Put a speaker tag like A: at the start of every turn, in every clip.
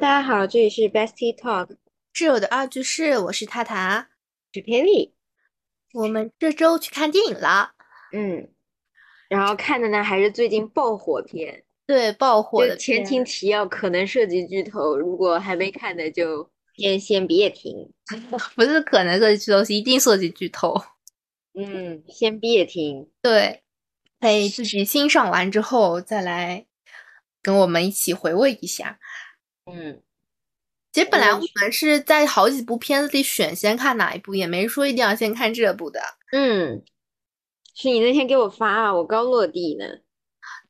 A: 家好，这里是 Bestie Talk，
B: 挚友的二居室，我是塔塔。
A: 许培丽。
B: 我们这周去看电影了，
A: 嗯，然后看的呢还是最近爆火片，
B: 对，爆火
A: 就
B: 的
A: 前
B: 片
A: 情提要可能涉及剧透，如果还没看的就先先别听，
B: 不是可能涉及剧透，是一定涉及剧透。
A: 嗯， 先别听，
B: 对，得自己欣赏完之后再来跟我们一起回味一下。
A: 嗯，
B: 其实本来
A: 我
B: 我
A: 也
B: 们是在好几部片子里选先看哪一部，也没说一定要先看这部的。
A: 嗯，是你那天给我发啊，我刚落地呢，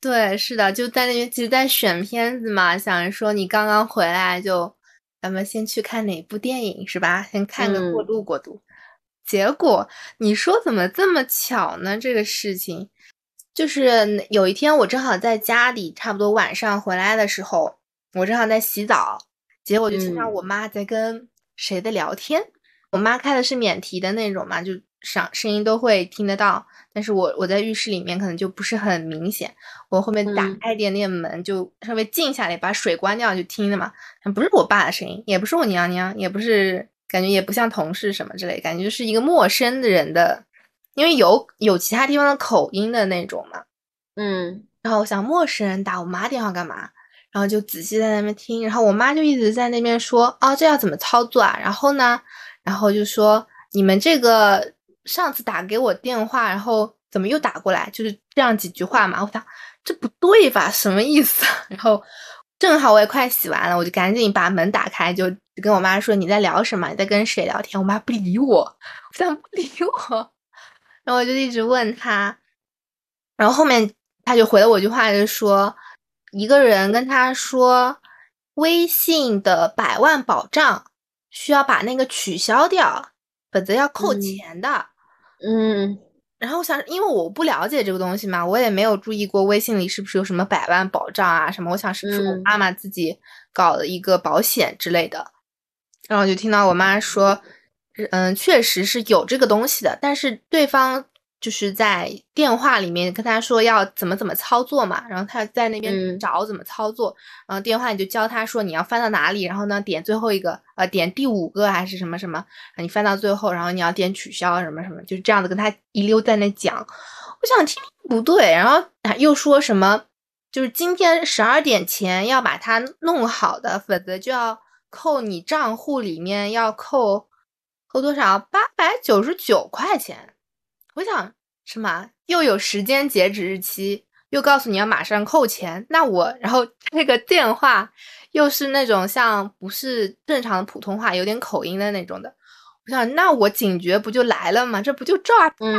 B: 对，是的，就在那边，其实，在选片子嘛，想说你刚刚回来就，咱们先去看哪部电影是吧？先看个过
A: 嗯
B: 渡过渡。结果你说怎么这么巧呢？这个事情，就是有一天我正好在家里，差不多晚上回来的时候，我正好在洗澡，结果就听到
A: 嗯
B: 我妈在跟谁在聊天。我妈开的是免提的那种嘛，就上声音都会听得到，但是我我在浴室里面可能就不是很明显。我后面打
A: 嗯
B: 开一点点门，就稍微静下来，把水关掉，就听着嘛。不是我爸的声音，也不是我娘娘，也不是感觉也不像同事什么之类，感觉就是一个陌生的人的，因为有有其他地方的口音的那种嘛。
A: 嗯
B: 然后我想陌生人打我妈电话干嘛？然后就仔细在那边听，然后我妈就一直在那边说啊，这要怎么操作啊？然后呢，然后就说你们这个上次打给我电话，然后怎么又打过来？就是这样几句话嘛。我想这不对吧？什么意思啊？然后正好我也快洗完了，我就赶紧把门打开，就就跟我妈说你在聊什么？你在跟谁聊天？我妈不理我，我想不理我， 然后我就一直问她，然后后面他就回了我一句话，就说一个人跟他说微信的百万保障需要把那个取消掉，否则要扣
A: 嗯
B: 钱的。
A: 嗯
B: 然后我想，因为我不了解这个东西嘛，我也没有注意过微信里是不是有什么百万保障啊什么。我想是不是我
A: 嗯
B: 妈妈自己搞了一个保险之类的。然后我就听到我妈说，嗯，确实是有这个东西的，但是对方就是在电话里面跟她说要怎么怎么操作嘛，然后她在那边
A: 嗯
B: 找怎么操作，然后电话你就教她说你要翻到哪里，然后呢点最后一个，呃，点第五个还是什么什么。你翻到最后，然后你要点取消什么什么，就这样子跟他一溜在那讲。我想听听不对，然后啊又说什么，就是今天十二点前要把它弄好的，否则就要扣你账户里面要扣扣多少八百九十九块钱。我想什么又有时间截止日期，又告诉你要马上扣钱，那我然后那个电话又是那种像不是正常的普通话，有点口音的那种的。我想，那我警觉不就来了吗？这不就诈骗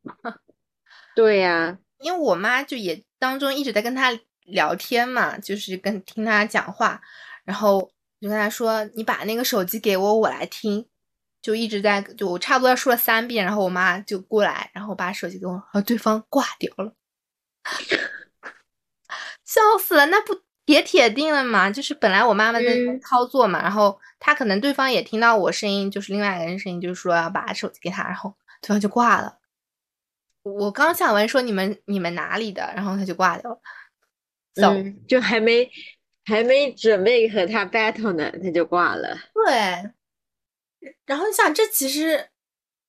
B: 吗？
A: 嗯， 对呀、
B: 因为我妈就也当中一直在跟她聊天嘛，就是跟听她讲话，然后我就跟她说：“你把那个手机给我，我来听。”就一直在就我差不多说了三遍，然后我妈就过来，然后把手机给我，然后对方挂掉了， 笑死了！那不也铁定了嘛？就是本来我妈妈在那边
A: 嗯
B: 操作嘛，然后她可能对方也听到我声音，就是另外一个人声音，就是说要把手机给她，然后对方就挂了。我刚想完说你们你们哪里的，然后他就挂掉了。走、
A: 嗯，就还没还没准备和他 battle 呢，他就挂了，
B: 对，然后你想这其实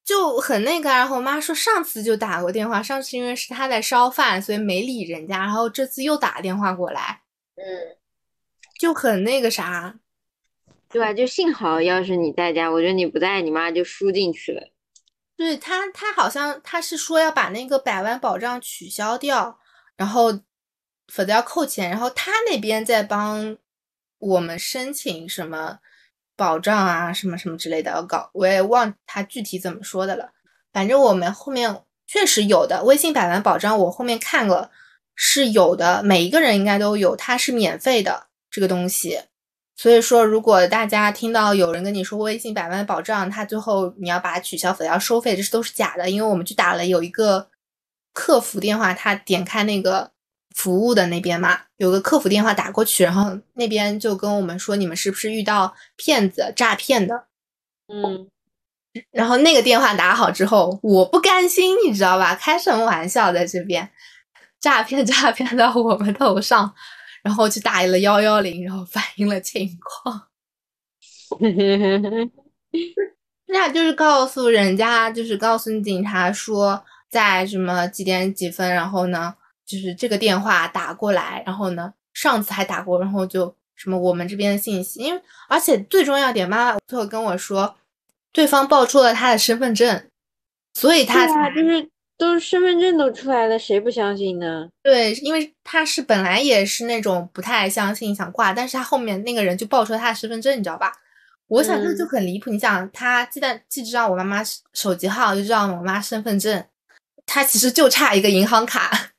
B: 就很那个啊。然后我妈说上次就打过电话，上次因为是她在烧饭，所以没理人家，然后这次又打电话过来，
A: 嗯，
B: 就很那个啥。
A: 对吧？就幸好要是你在家，我觉得你不在，你妈就输进去了。
B: 对她，她好像她是说要把那个百万保障取消掉，然后否则要扣钱，然后她那边在帮我们申请什么保障啊，什么什么之类的要搞，我也忘她具体怎么说的了。反正我们后面确实有的微信百万保障，我后面看了是有的，每一个人应该都有，它是免费的这个东西。所以说，如果大家听到有人跟你说微信百万保障，它最后你要把它取消，否则要收费，这是都是假的。因为我们去打了有一个客服电话，他点开那个服务的那边嘛，有个客服电话打过去，然后那边就跟我们说你们是不是遇到骗子诈骗的，
A: 嗯，
B: 然后那个电话打好之后，我不甘心，你知道吧？开什么玩笑，在这边诈骗诈骗到我们头上，然后去打了幺幺零，然后反映了情况。那就是告诉人家，就是告诉警察说在什么几点几分，然后呢，就是这个电话打过来，然后呢，上次还打过，然后就什么我们这边的信息，因为而且最重要一点，妈妈最后跟我说，对方报出了他的身份证，所以他
A: 对啊，
B: 才
A: 就是都是身份证都出来了，谁不相信呢？
B: 对，因为他是本来也是那种不太相信想挂，但是他后面那个人就爆出了他的身份证，你知道吧？我想这就
A: 嗯
B: 很离谱。你想，他既但既知道我妈妈手手机号，又知道我妈身份证，他其实就差一个银行卡，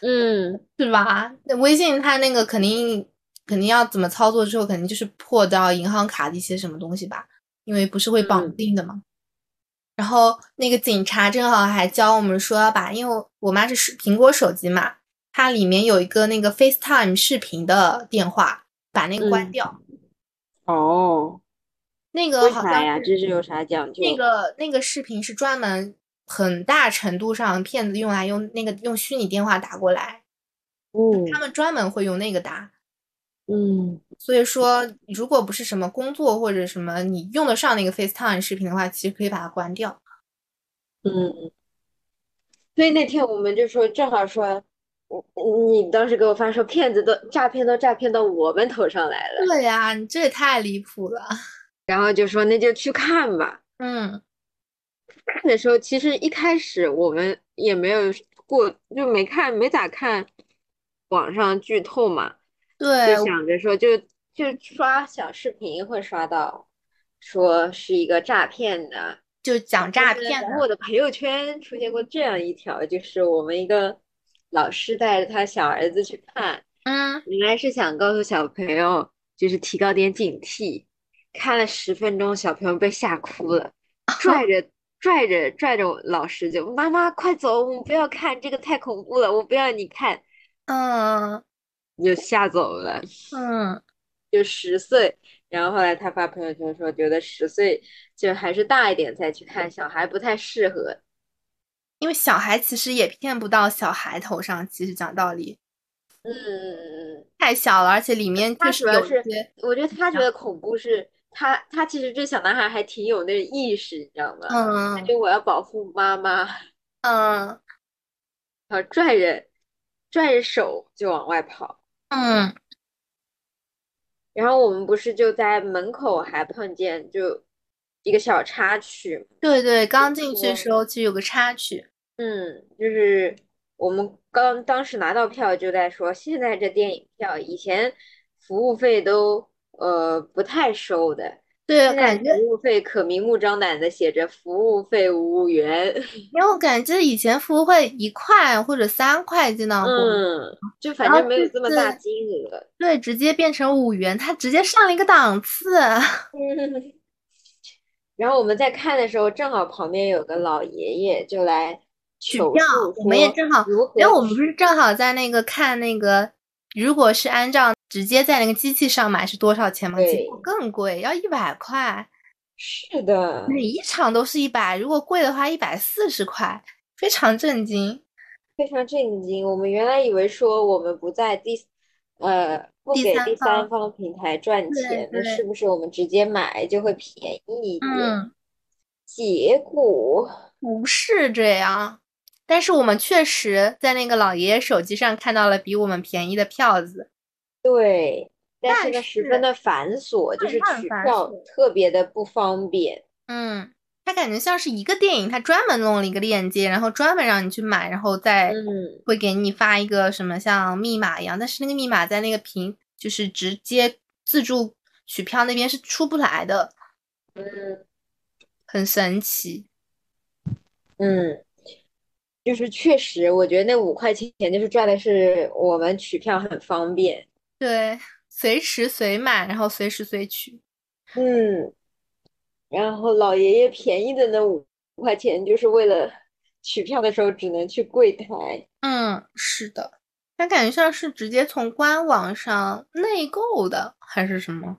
A: 嗯，
B: 是吧？那微信他那个肯定肯定要怎么操作之后，肯定就是破到银行卡的一些什么东西吧，因为不是会绑
A: 嗯
B: 定的嘛。然后那个警察正好还教我们说要把，因为我我妈是手苹果手机嘛，它里面有一个那个 FaceTime 视频的电话，把那个关
A: 嗯
B: 掉。
A: 哦，
B: 那个
A: 为
B: 好
A: 啥
B: 像
A: 呀？
B: 是
A: 这是有啥讲究？
B: 那个那个视频是专门很大程度上骗子用来用那个用虚拟电话打过来，
A: 嗯
B: 他们专门会用那个打。
A: 嗯
B: 所以说，如果不是什么工作或者什么你用得上那个 FaceTime 视频的话，其实可以把它关掉。
A: 嗯。所以那天我们就说，正好说，你你当时给我发说，骗子都诈骗都诈骗到我们头上来了，
B: 对呀、你这也太离谱了。
A: 然后就说那就去看吧。
B: 嗯
A: 看的时候，其实一开始我们也没有过，就没看，没咋看网上剧透嘛，
B: 对，
A: 就想着说就就刷小视频会刷到，说是一个诈骗的。
B: 就讲诈骗
A: 然
B: 的
A: 后。我的朋友圈出现过这样一条，就是我们一个老师带着他小儿子去看，
B: 嗯，
A: 原来是想告诉小朋友，就是提高点警惕。看了十分钟，小朋友被吓哭了，拽着拽着拽着我老师就妈妈快走，我们不要看这个太恐怖了，我不要你看，
B: 嗯
A: 就吓走了，
B: 嗯，
A: 就十岁。然后后来他发朋友圈说，觉得十岁就还是大一点再去看，小孩不太适合。
B: 因为小孩其实也骗不到小孩头上，其实讲道理
A: 嗯嗯嗯。
B: 太小了，而且里面
A: 他
B: 确
A: 主
B: 实
A: 要
B: 有一
A: 是
B: 些，
A: 我觉得他觉得恐怖是他，他其实这小男孩还挺有那意识，你知道吗？他
B: 嗯
A: 就我要保护妈妈，
B: 嗯
A: 然后呃拽着拽着手就往外跑。
B: 嗯
A: 然后我们不是就在门口还碰见就一个小插曲嘛，
B: 对对，刚进去
A: 说
B: 的时候就有个插曲，
A: 嗯，就是我们刚当时拿到票就在说，现在这电影票以前服务费都呃不太收的。
B: 对，
A: 现在
B: 感
A: 服
B: 觉
A: 务费可明目张胆的写着服务费五元，
B: 因为我感觉以前服务会一块或者三块进到过，
A: 嗯，就反
B: 啊然
A: 正
B: 后
A: 没有
B: 这
A: 这么大
B: 次
A: 金额。
B: 对，直接变成五元，它直接上了一个档次，
A: 嗯， 然后我们在看的时候，正好旁边有个老爷爷就来
B: 取
A: 求
B: 票
A: 助
B: 我们也
A: 说
B: 正好
A: 如
B: 因为
A: 何
B: 我们不是正好在那个看那个，如果是按照直接在那个机器上买是多少钱吗？结
A: 对
B: 果更贵，要一百块，
A: 是的，
B: 每一场都是一百，如果贵的话一百四十块，非常震惊。
A: 非常震惊。我们原来以为说我们不在第，呃，不
B: 第
A: 给
B: 三
A: 第
B: 方
A: 三方平台赚
B: 对
A: 钱，那
B: 对
A: 是不是我们直接买就会便宜一点？
B: 嗯，
A: 结果，
B: 不是这样，但是我们确实在那个老爷爷手机上看到了比我们便宜的票子，
A: 对，但
B: 但
A: 是呢，十
B: 是
A: 分的繁琐，就
B: 对
A: 是
B: 它很
A: 取
B: 繁
A: 票
B: 琐
A: 特别的不方便。
B: 嗯，它感觉像是一个电影，它专门弄了一个链接，然后专门让你去买，然后再
A: 嗯，
B: 会给你发一个什么像密码一样，但是那个密码在那个屏就是直接自助取票那边是出不来的，
A: 嗯
B: 很神奇。
A: 嗯，就是确实，我觉得那五块钱就是赚的是我们取票很方便。
B: 对，随时随买，然后随时随取。
A: 嗯，然后老爷爷便宜的那五块钱，就是为了取票的时候只能去柜台。
B: 嗯，是的，它感觉像是直接从官网上内购的还是什么？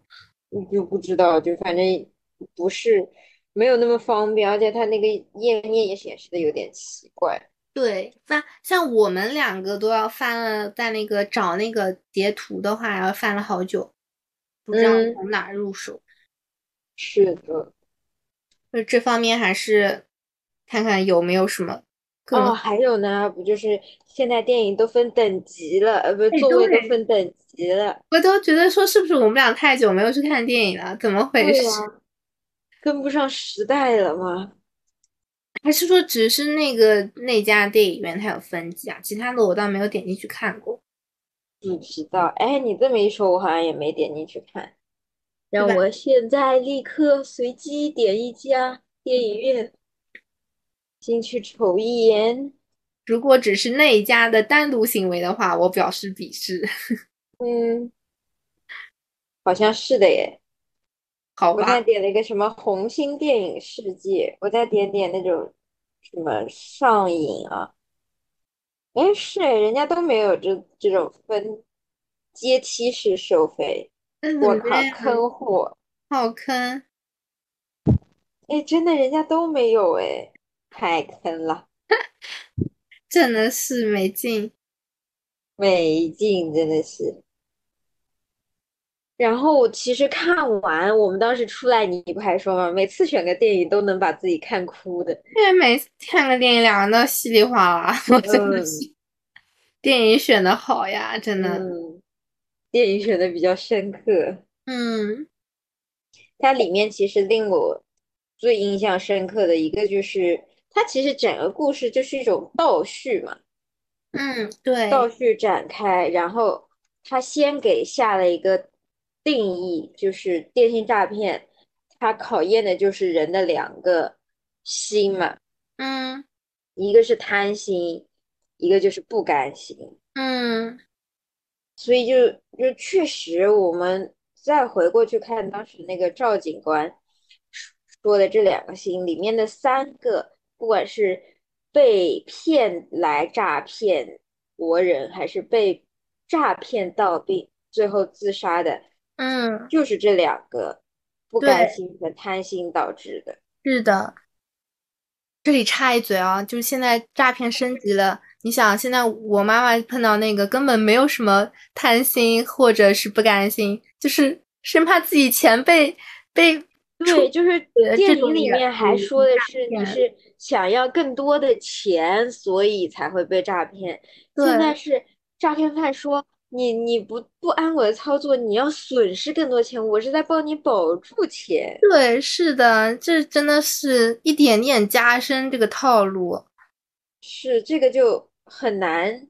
A: 你就不知道，就反正不是没有那么方便，而且它那个页面也显示的有点奇怪。
B: 对，那像我们两个都要翻了，在那个找那个截图的话，要翻了好久，不知道
A: 嗯
B: 从哪儿入手。
A: 是的，
B: 就这方面还是看看有没有什么更
A: 哦，还有呢，不就是现在电影都分等级了，呃，不是
B: 哎
A: 座位都
B: 对
A: 分等级了，
B: 我都觉得说是不是我们俩太久没有去看电影了？怎么回
A: 对啊
B: 事？
A: 呀，跟不上时代了吗？
B: 还是说只是那个那家电影院它有分级啊？其他的我倒没有点进去看过。
A: 不知道，哎，你这么一说，我好像也没点进去看，让
B: 吧
A: 我现在立刻随机点一家电影院，进去瞅一眼。
B: 如果只是那一家的单独行为的话，我表示鄙视。
A: 嗯，好像是的耶。
B: 好
A: 我再
B: 吧，
A: 点了一个什么红星电影世界，我再点点那种什么上瘾啊。哎，是哎，人家都没有这这种分阶梯式收费，
B: 那嗯怎
A: 我
B: 么这
A: 靠，
B: 样
A: 坑货！
B: 好坑？
A: 哎，真的，人家都没有哎，太坑了，
B: 真的是没劲。
A: 没劲，真的是。然后我其实看完，我们当时出来，你不还说吗？每次选个电影都能把自己看哭的。
B: 因为每次看个电影，两个人都稀里哗啦， 我 真的
A: 嗯
B: 是电影选的好呀，真的。
A: 嗯，电影选的比较深刻，
B: 嗯，
A: 它里面其实令我最印象深刻的一个就是，它其实整个故事就是一种倒叙嘛，
B: 嗯，对，
A: 倒叙展开，然后他先给下了一个定义，就是电信诈骗，它考验的就是人的两个心嘛，
B: 嗯
A: 一个是贪心，一个就是不甘心。
B: 嗯，
A: 所以就就确实，我们再回过去看当时那个赵警官说的这两个心里面的三个，不管是被骗来诈骗国人，还是被诈骗到并最后自杀的，
B: 嗯，
A: 就是这两个不甘
B: 对
A: 心和贪心导致的。
B: 是的。这里插一嘴啊，就是现在诈骗升级了。你想，现在我妈妈碰到那个根本没有什么贪心或者是不甘心，就是生怕自己钱被被
A: 对，就是
B: 呃这
A: 电
B: 种
A: 影里
B: 也
A: 面还
B: 是
A: 说的是
B: 骗
A: 你是想要更多的钱，所以才会被诈骗。现在是诈骗犯说你你不不按我的操作，你要损失更多钱，我是在帮你保住钱。
B: 对，是的，这真的是一点点加深这个套路。
A: 是这个就很难，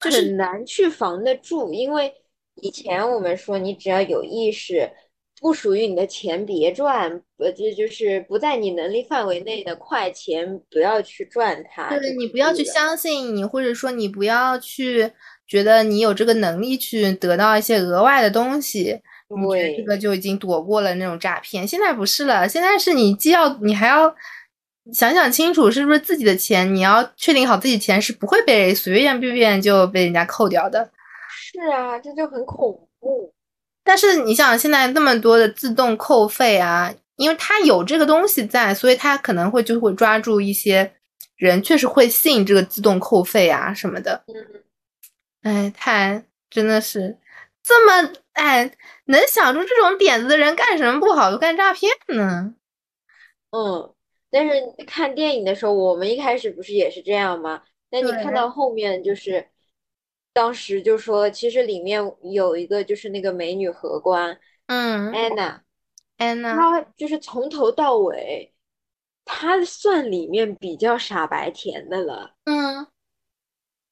B: 就是
A: 很难去防得住，因为以前我们说你只要有意识，不属于你的钱别赚，呃，这就是不在你能力范围内的快钱不要去赚它，
B: 对
A: 就
B: 你
A: 可
B: 不要
A: 以
B: 去
A: 了
B: 相信你，或者说你不要去觉得你有这个能力去得到一些额外的东西，你觉得这
A: 对
B: 个就已经躲过了那种诈骗。现在不是了，现在是你既要你还要想想清楚是不是自己的钱，你要确定好自己钱是不会被随便便便就被人家扣掉的。
A: 是啊，这就很恐怖。
B: 但是你想，现在那么多的自动扣费啊，因为它有这个东西在，所以它可能会就会抓住一些人，确实会信这个自动扣费啊什么的。
A: 嗯，
B: 哎，太真的是这么哎，能想出这种点子的人干什么不好，就干诈骗呢？
A: 嗯，但是看电影的时候，我们一开始不是也是这样吗？那你看
B: 对
A: 到后面就是，当时就说，其实里面有一个就是那个美女荷官
B: 嗯，
A: 安娜，
B: 安娜，
A: 她哎就是从头到尾，她算里面比较傻白甜的了。
B: 嗯，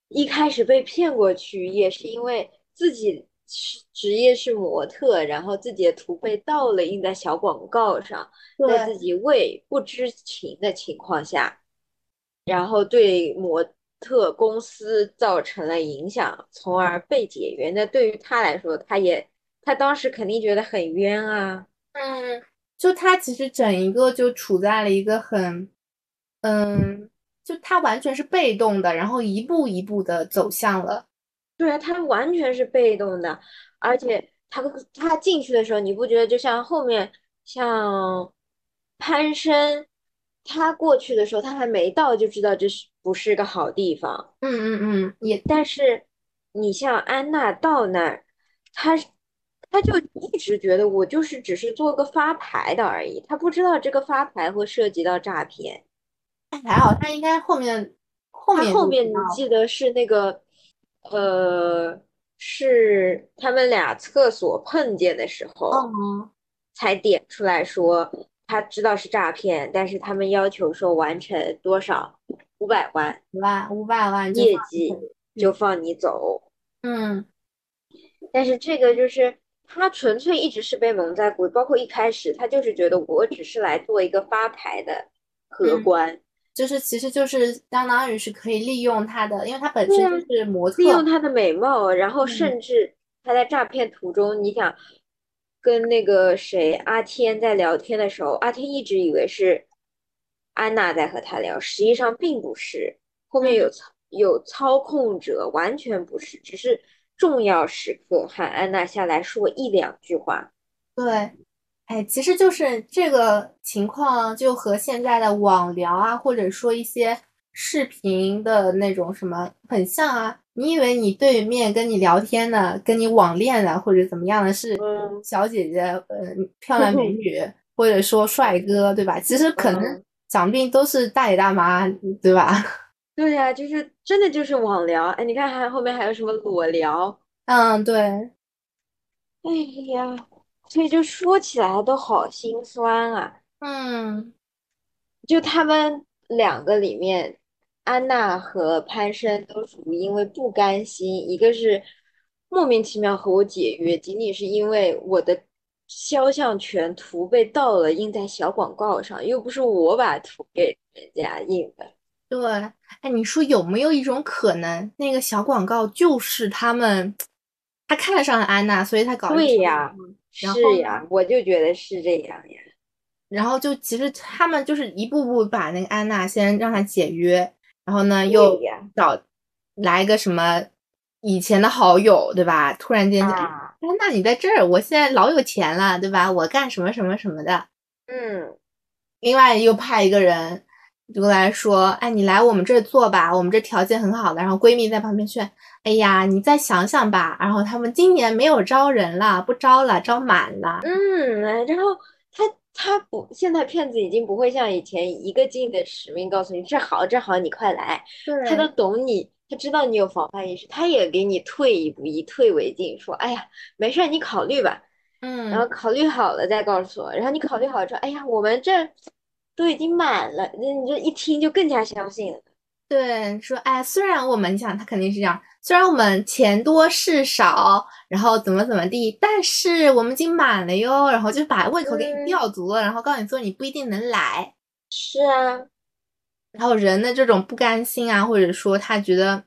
A: 一开始被骗过去，也是因为自己是职业是模特，然后自己的图被盗了，印在小广告上，在自
B: 对，
A: 己未不知情的情况下，然后对模特公司造成了影响，从而被解约。那对于他来说，他也他当时肯定觉得很冤啊。
B: 嗯，就他其实整一个就处在了一个很，嗯，就他完全是被动的，然后一步一步的走向了。
A: 对啊，他完全是被动的，而且他他进去的时候，你不觉得就像后面像潘生他过去的时候，他还没到就知道这是不是个好地方。
B: 嗯嗯嗯，
A: 也，但是你像安娜到那儿，她她就一直觉得我就是只是做个发牌的而已，她不知道这个发牌会涉及到诈骗。
B: 但还好他应该后面后
A: 她
B: 面
A: 后
B: 就
A: 面
B: 知
A: 你
B: 道了
A: 记得是那个，呃，是他们俩厕所碰见的时候
B: 嗯
A: 才点出来说他知道是诈骗，但是他们要求说完成多少五百万
B: 五万五百万就
A: 业
B: 放
A: 绩
B: 进去
A: 就放你走。
B: 嗯
A: 但是这个就是他纯粹一直是被蒙在鼓里，包括一开始他就是觉得我只是来做一个发牌的荷
B: 嗯
A: 官，
B: 就是其实就是相当于是可以利用他的，因为他本
A: 对
B: 身
A: 啊
B: 就是模特
A: 利，用她的美貌，然后
B: 嗯
A: 甚至他在诈骗途中，你想跟那个谁阿天在聊天的时候，阿天一直以为是安娜在和他聊，实际上并不是，后面有操有操控者，完全不是，只是重要时刻喊安娜下来说一两句话。
B: 对，哎，其实就是这个情况就和现在的网聊啊，或者说一些视频的那种什么很像啊。你以为你对面跟你聊天呢，跟你网恋呢，或者怎么样的是
A: 嗯
B: 小姐姐，呃，漂亮美女，或者说帅哥，对吧？其实可能
A: 嗯
B: 想必都是大爷大妈，对吧？
A: 对呀、就是真的就是网聊，哎，你看还后面还有什么裸聊，
B: 嗯，对，
A: 哎呀，所以就说起来都好心酸啊。
B: 嗯
A: 就他们两个里面，安娜和潘生都属于因为不甘心，一个是莫名其妙和我解约，仅仅是因为我的肖像权图被盗了，印在小广告上，又不是我把图给人家印的。
B: 对，哎，你说有没有一种可能，那个小广告就是他们，他看上了安娜，所以他搞了
A: 对
B: 一场
A: 呀
B: 广告，然后
A: 是呀，我就觉得是这样呀。
B: 然后就其实他们就是一步步把那个安娜先让她解约，然后呢
A: 对
B: 又
A: 呀
B: 找来一个什么以前的好友，对吧？突然间就，哎，
A: 啊，
B: 安娜你在这儿，我现在老有钱了，对吧？我干什么什么什么的，
A: 嗯，
B: 另外又派一个人就来说：“哎，你来我们这儿做吧，我们这条件很好的。”然后闺蜜在旁边劝：“哎呀，你再想想吧。”然后他们今年没有招人了，不招了，招满了。
A: 嗯，然后他他不，现在骗子已经不会像以前一个劲的使命告诉你这好这好，你快来，他都
B: 对，
A: 懂你，他知道你有防范意识，他也给你退一步，以退为进，说哎呀，没事儿，你考虑吧，然后
B: 嗯，
A: 考虑好了再告诉我，然后你考虑好了之后，哎呀，我们这都已经满了，那你这一听就更加相信了，
B: 对，说哎，虽然我们你想他肯定是这样，虽然我们钱多事少，然后怎么怎么地，但是我们已经满了哟，然后就把胃口给你
A: 嗯
B: 吊足了，然后告诉你说你不一定能来。
A: 是啊，
B: 然后人的这种不甘心啊，或者说他觉得，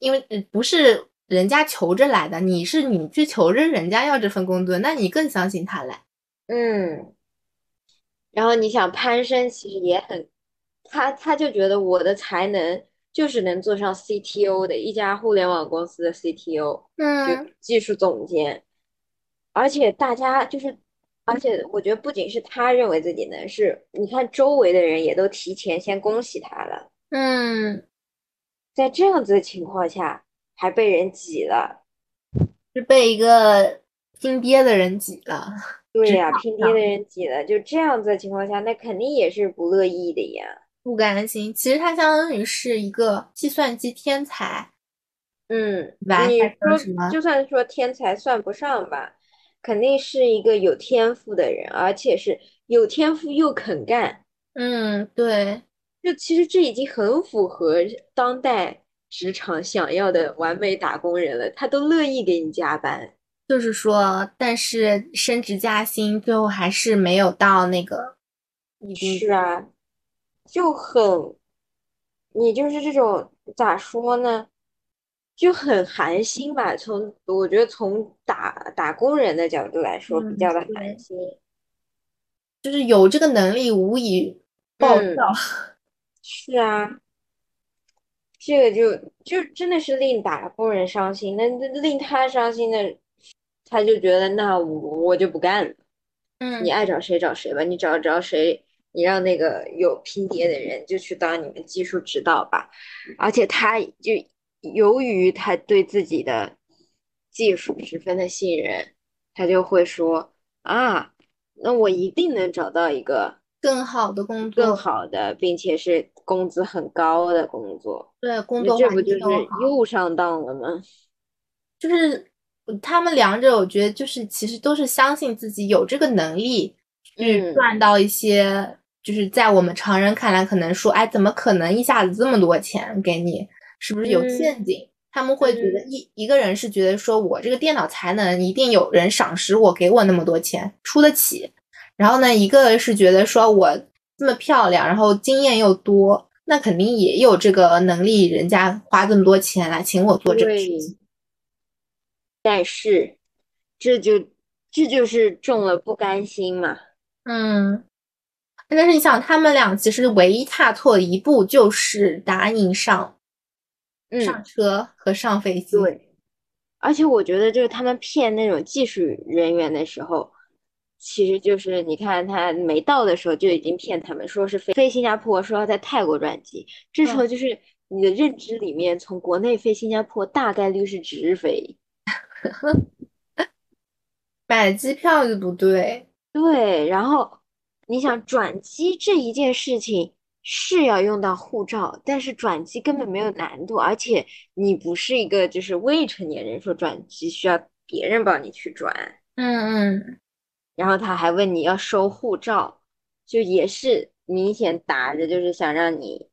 B: 因为呃不是人家求着来的，你是你去求着人家要这份工作，那你更相信他来。
A: 嗯。然后你想潘生其实也很，他他就觉得我的才能就是能做上 CTO 的一家互联网公司的 CTO，就
B: 嗯
A: 技术总监。而且大家就是，而且我觉得不仅是他认为自己能，是你看周围的人也都提前先恭喜他了，
B: 嗯，
A: 在这样子的情况下还被人挤了，
B: 是被一个拼爹的人挤了。
A: 对
B: 职
A: 呀、
B: 场
A: 拼爹
B: 上
A: 的人挤了，就这样子的情况下，那肯定也是不乐意的呀。
B: 不甘心，其实他相当于是一个计算机天才，
A: 嗯，
B: 完
A: 你
B: 还说
A: 说
B: 什么
A: 就算说天才算不上吧，肯定是一个有天赋的人，而且是有天赋又肯干。
B: 嗯，对，
A: 就其实这已经很符合当代职场想要的完美打工人了，他都乐意给你加班。
B: 就是说，但是升职加薪最后还是没有到那个已经
A: 是啊，就很，你就是这种咋说呢，就很寒心吧。从我觉得从打打工人的角度来说，比
B: 嗯
A: 较的
B: 对
A: 寒心。
B: 就是有这个能力无以报
A: 嗯
B: 效。
A: 是啊。这个就就真的是令打工人伤心，那那令他伤心的，他就觉得那我我就不干了，
B: 嗯
A: 你爱找谁找谁吧，你找找谁你让那个有拼爹的人就去当你们技术指导吧。而且他就由于他对自己的技术十分的信任，他就会说啊，那我一定能找到一个
B: 更好的工作，
A: 更好的，并且是工资很高的工作。
B: 对工
A: 那
B: 作
A: 这
B: 环
A: 不就
B: 境
A: 是
B: 更好。
A: 又上当了吗？
B: 就是他们两者，我觉得就是其实都是相信自己有这个能力去
A: 嗯
B: 赚到一些，就是在我们常人看来可能说，哎，怎么可能一下子这么多钱给你？是不是有
A: 嗯
B: 陷阱？他们会觉得一、一个人是觉得说我这个电脑才能一定有人赏识我，给我那么多钱，出得起。然后呢，一个是觉得说我这么漂亮，然后经验又多，那肯定也有这个能力，人家花这么多钱来请我做这个事
A: 对
B: 情。
A: 但是，这就这就是中了不甘心嘛。
B: 嗯，但是你想，他们俩其实唯一踏错的一步就是答应上
A: 嗯，
B: 上车和上飞机。
A: 对。而且我觉得，就是他们骗那种技术人员的时候，其实就是你看他没到的时候就已经骗他们，说是飞飞新加坡，说要在泰国转机。这时候就是你的认知里面，从国内飞新加坡大概率是直飞。
B: 买机票就不对，
A: 对，然后你想转机这一件事情是要用到护照，但是转机根本没
B: 嗯
A: 有难度，而且你不是一个就是未成年人，说转机需要别人帮你去转，
B: 嗯嗯，
A: 然后他还问你要收护照，就也是明显打着就是想让你，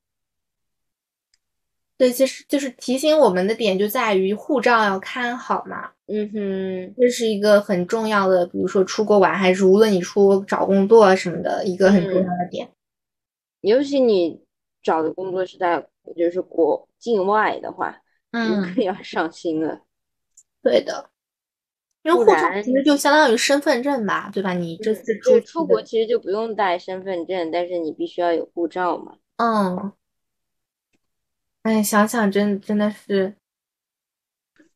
B: 对，其实就是提醒我们的点就在于护照要看好嘛，
A: 嗯哼，
B: 这是一个很重要的，比如说出国玩，还是无论你出找工作啊什么的，一个很重要的点。
A: 尤其你找的工作是在就是国境外的话，你
B: 嗯，
A: 更要上心了，
B: 对的，因为护
A: 不
B: 照
A: 然
B: 其实就相当于身份证吧，对吧？你这次
A: 就
B: 出
A: 是出
B: 去
A: 国
B: 的，
A: 其实就不用带身份证，但是你必须要有护照嘛。
B: 嗯，哎，想想真真的是。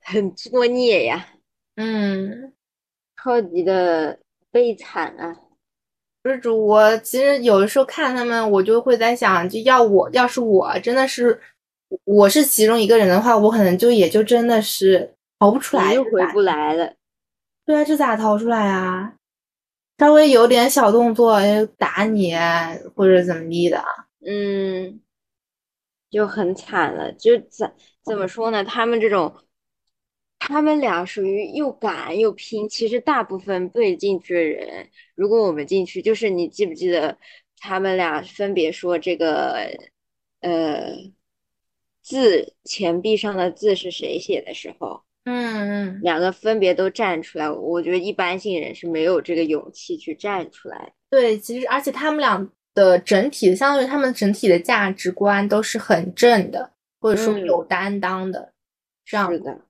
A: 很作孽呀，
B: 嗯，
A: 超级的悲惨啊！
B: 就是主我其实有的时候看他们，我就会在想，就要我要是我真的是我是其中一个人的话，我可能就也就真的是逃不出来，
A: 你又
B: 这
A: 回
B: 咋
A: 不来了。
B: 对啊，这咋逃出来啊？稍微有点小动作，哎打你或者怎么地的，
A: 嗯，就很惨了。就怎怎么说呢？他们这种，他们俩属于又赶又拼。其实大部分被进去的人，如果我们进去，就是你记不记得他们俩分别说这个，呃，字钱币上的字是谁写的时候，
B: 嗯嗯，
A: 两个分别都站出来。我觉得一般性人是没有这个勇气去站出来。
B: 对，其实而且他们俩的整体，相当于他们整体的价值观都是很正的，或者说
A: 嗯
B: 有担当的，这样
A: 是
B: 子
A: 的，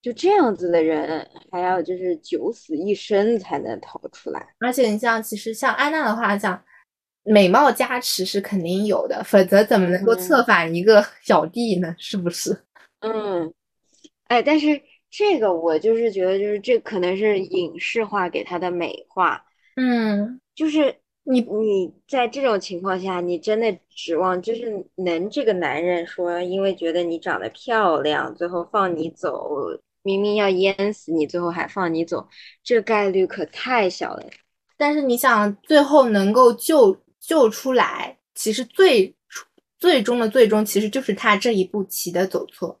A: 就这样子的人，还要就是九死一生才能逃出来。
B: 而且你像，其实像安娜的话讲，美貌加持是肯定有的，否则怎么能够
A: 嗯
B: 策反一个 小弟呢？是不是？
A: 嗯，哎，但是这个我就是觉得，就是这可能是影视化给他的美化，
B: 嗯，
A: 就是
B: 你
A: 你在这种情况下，你真的指望就是能这个男人说，因为觉得你长得漂亮，最后放你走，明明要淹死你，最后还放你走，这概率可太小了。
B: 但是你想，最后能够救救出来，其实最初最终的最终，其实就是他这一步棋的走错，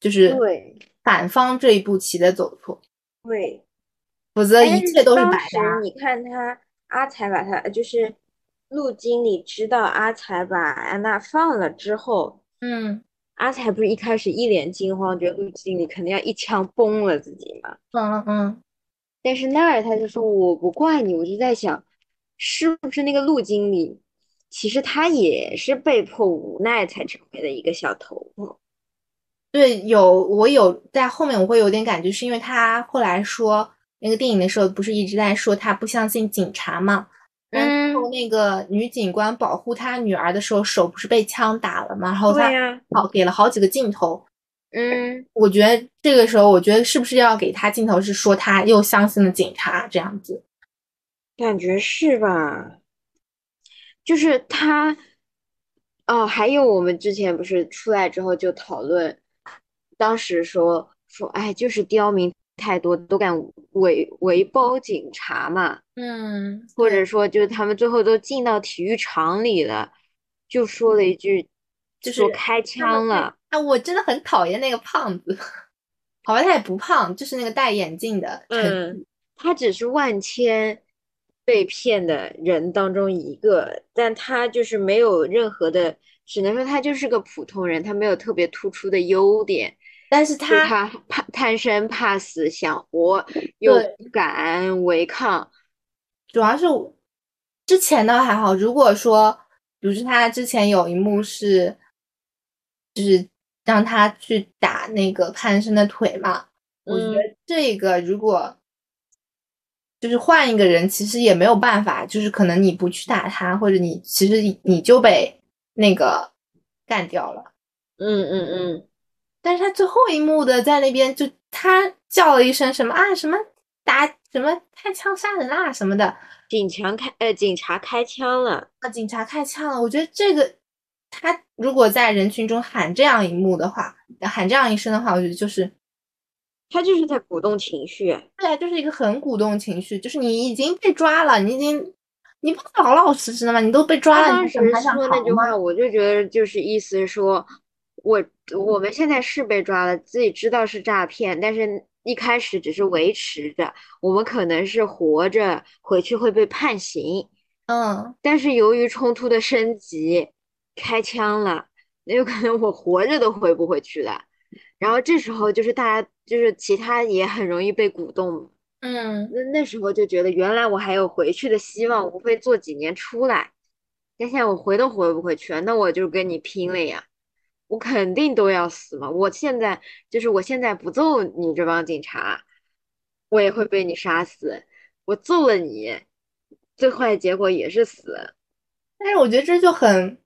B: 就是
A: 对
B: 反方这一步棋的走错，
A: 对。
B: 否则
A: 哎
B: 一
A: 但
B: 切都是啊
A: 当
B: 白
A: 时
B: 搭。
A: 你看他阿才把他就是陆经理知道阿才把安娜放了之后，
B: 嗯
A: 阿才不是一开始一脸惊慌，觉得陆经理肯定要一枪崩了自己嘛。
B: 嗯嗯，
A: 但是那儿他就说我不怪你，我就在想，是不是那个陆经理，其实他也是被迫无奈才成为的一个小头目。
B: 对，有我有在后面我会有点感觉，是因为他后来说那个电影的时候，不是一直在说他不相信警察嘛？然后
A: 嗯
B: 那个女警官保护他女儿的时候，手不是被枪打了嘛？然后
A: 对
B: 他
A: 呀、
B: 好给了好几个镜头。
A: 嗯，
B: 我觉得这个时候，我觉得是不是要给他镜头，是说他又相信了警察这样子？
A: 感觉是吧？就是他，哦，还有我们之前不是出来之后就讨论，当时说说，哎，就是刁民太多，都敢围围包警察嘛，
B: 嗯，
A: 或
B: 对
A: 者说就是他们最后都进到体育场里了，就说了一句，
B: 嗯就
A: 说
B: 是
A: 开
B: 他们
A: 枪
B: 会
A: 了，
B: 啊，我真的很讨厌那个胖子。 好吧，他也不胖，就是那个戴眼镜的陈
A: 嗯，他只是万千被骗的人当中一个，但他就是没有任何的，只能说他就是个普通人，他没有特别突出的优点。
B: 但是
A: 就是
B: 他
A: 他怕贪生怕死，想活又
B: 对
A: 不敢违抗，
B: 主要是我之前的还好，如果说，比如说他之前有一幕是，就是让他去打那个潘生的腿嘛，我觉
A: 嗯
B: 得这个如果就是换一个人，其实也没有办法，就是可能你不去打他，或者你其实你你就被那个干掉了。
A: 嗯嗯嗯，
B: 但是他最后一幕的在那边就他叫了一声什么啊什么打什么开枪杀人啦、什么的，
A: 警察开，呃，警察开枪了，
B: 啊警察开枪了。我觉得这个他如果在人群中喊这样一幕的话，喊这样一声的话，我觉得就是
A: 他就是在鼓动情绪啊，
B: 对啊，就是一个很鼓动情绪，就是你已经被抓了，你已经你不老老实实的吗？你都被抓
A: 他
B: 了，
A: 当
B: 你
A: 时
B: 怎么还想
A: 说那
B: 逃
A: 句
B: 吗？
A: 话，我就觉得就是意思是说，我我们现在是被抓了，自己知道是诈骗，但是一开始只是维持着，我们可能是活着回去会被判刑。
B: 嗯，
A: 但是由于冲突的升级，开枪了，那有可能我活着都回不回去了。然后这时候就是大家就是其他也很容易被鼓动，
B: 嗯，
A: 那那时候就觉得原来我还有回去的希望，无非做几年出来。但现在我回都回不回去了，那我就跟你拼了呀！我肯定都要死嘛！我现在就是我现在不揍你这帮警察，我也会被你杀死。我揍了你，最坏的结果也是死。
B: 但是我觉得这就很，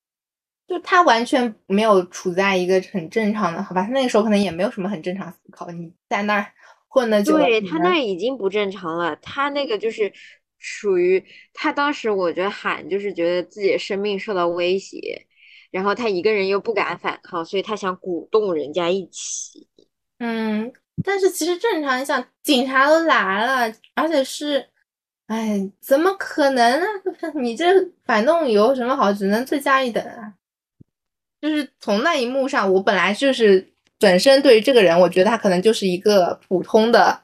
B: 就他完全没有处在一个很正常的，好吧？他那个时候可能也没有什么很正常思考，你在那儿混了久了，
A: 对，
B: 你
A: 他
B: 呢
A: 那已经不正常了，他那个就是属于他当时我觉得喊就是觉得自己的生命受到威胁，然后他一个人又不敢反抗，所以他想鼓动人家一起。
B: 嗯，但是其实正常，你想警察都来了，而且是，哎，怎么可能啊？ 你这反动有什么好？只能罪加一等啊！就是从那一幕上，我本来就是本身对于这个人，我觉得他可能就是一个普通的，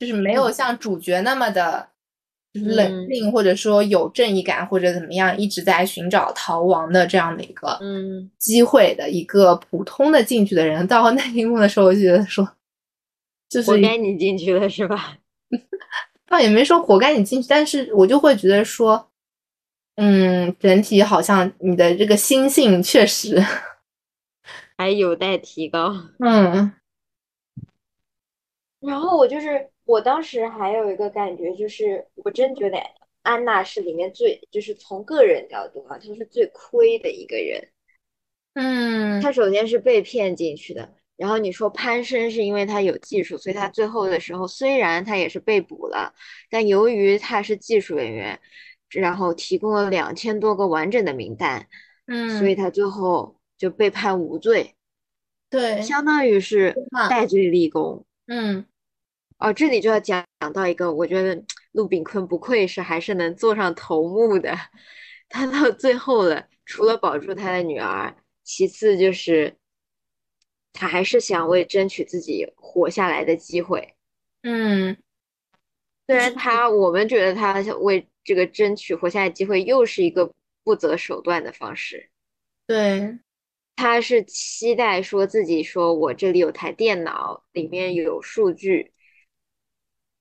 B: 就是没有
A: 嗯
B: 像主角那么的就是冷
A: 嗯
B: 静，或者说有正义感，或者怎么样，一直在寻找逃亡的这样的一个
A: 嗯，
B: 机会的一个普通的进去的人。到那一幕的时候，我就觉得说，就是
A: 活该你进去了是吧？
B: 倒也没说活该你进去，但是我就会觉得说，嗯，整体好像你的这个心性确实，
A: 还有待提高。
B: 嗯
A: 然后我就是，我当时还有一个感觉，就是我真觉得安娜是里面最，就是从个人角度啊，她是最亏的一个人。
B: 嗯
A: 他首先是被骗进去的，然后你说潘生是因为他有技术，所以他
B: 嗯
A: 最后的时候虽然他也是被捕了，但由于他是技术人员，然后提供了两千多个完整的名单，所以
B: 嗯，
A: 他最后就被判无罪，
B: 对，
A: 相当于是
B: 啊
A: 戴罪立功。
B: 嗯
A: 哦，这里就要讲讲到一个，我觉得陆炳坤不愧是还是能做上头目的，他到最后了，除了保住他的女儿，其次就是他还是想为争取自己活下来的机会。
B: 嗯，
A: 虽
B: 就
A: 然
B: 是
A: 他我们觉得他想为这个争取活下来的机会，又是一个不择手段的方式。
B: 对，
A: 他是期待说自己说我这里有台电脑，里面有数据，